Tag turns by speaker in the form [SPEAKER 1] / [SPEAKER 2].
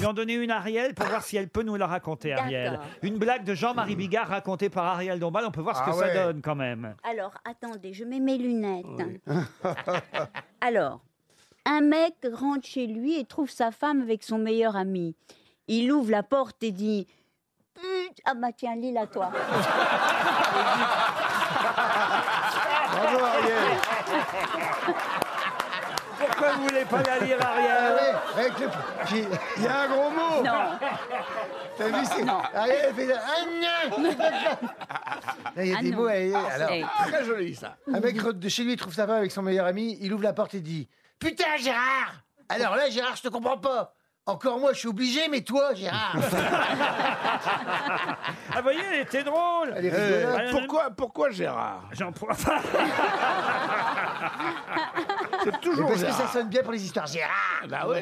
[SPEAKER 1] vais en donner une à Ariel pour voir si elle peut nous la raconter, Ariel.
[SPEAKER 2] D'accord.
[SPEAKER 1] Une blague de Jean-Marie Bigard racontée par Ariel Dombal. On peut voir ce que
[SPEAKER 3] Ah ouais.
[SPEAKER 1] ça donne quand même.
[SPEAKER 2] Alors, attendez, je mets mes lunettes. Alors, un mec rentre chez lui et trouve sa femme avec son meilleur ami. Il ouvre la porte et dit Pute, Ah bah tiens, lis à toi.
[SPEAKER 3] Bravo Ariel
[SPEAKER 1] Pourquoi vous voulez pas la lire,
[SPEAKER 3] Ah
[SPEAKER 1] Ariel
[SPEAKER 3] Avec le- qui- Il y a un gros mot
[SPEAKER 2] Non,
[SPEAKER 3] T'as vu, c'est... Ariel, elle fait... Ah, gna Là, il y a
[SPEAKER 2] Ah
[SPEAKER 3] des
[SPEAKER 2] non.
[SPEAKER 3] mots... elle- alors,
[SPEAKER 2] c'est-
[SPEAKER 4] Ah, Très joli ça.
[SPEAKER 3] un mec rentre de chez lui, il trouve sa femme avec son meilleur ami, il ouvre la porte et dit « Putain, Gérard !» Alors là, Gérard, je te comprends pas. Encore moi, je suis obligé, mais toi, Gérard
[SPEAKER 1] Ah, vous voyez, elle était drôle.
[SPEAKER 3] Elle est
[SPEAKER 4] Euh,
[SPEAKER 3] rigolote.
[SPEAKER 1] Ah,
[SPEAKER 4] pourquoi, pourquoi Gérard
[SPEAKER 1] J'en prends.
[SPEAKER 4] C'est
[SPEAKER 3] Mais
[SPEAKER 4] toujours
[SPEAKER 3] Parce que ça
[SPEAKER 4] Gérard.
[SPEAKER 3] sonne bien pour les histoires Gérard
[SPEAKER 4] Bah ouais.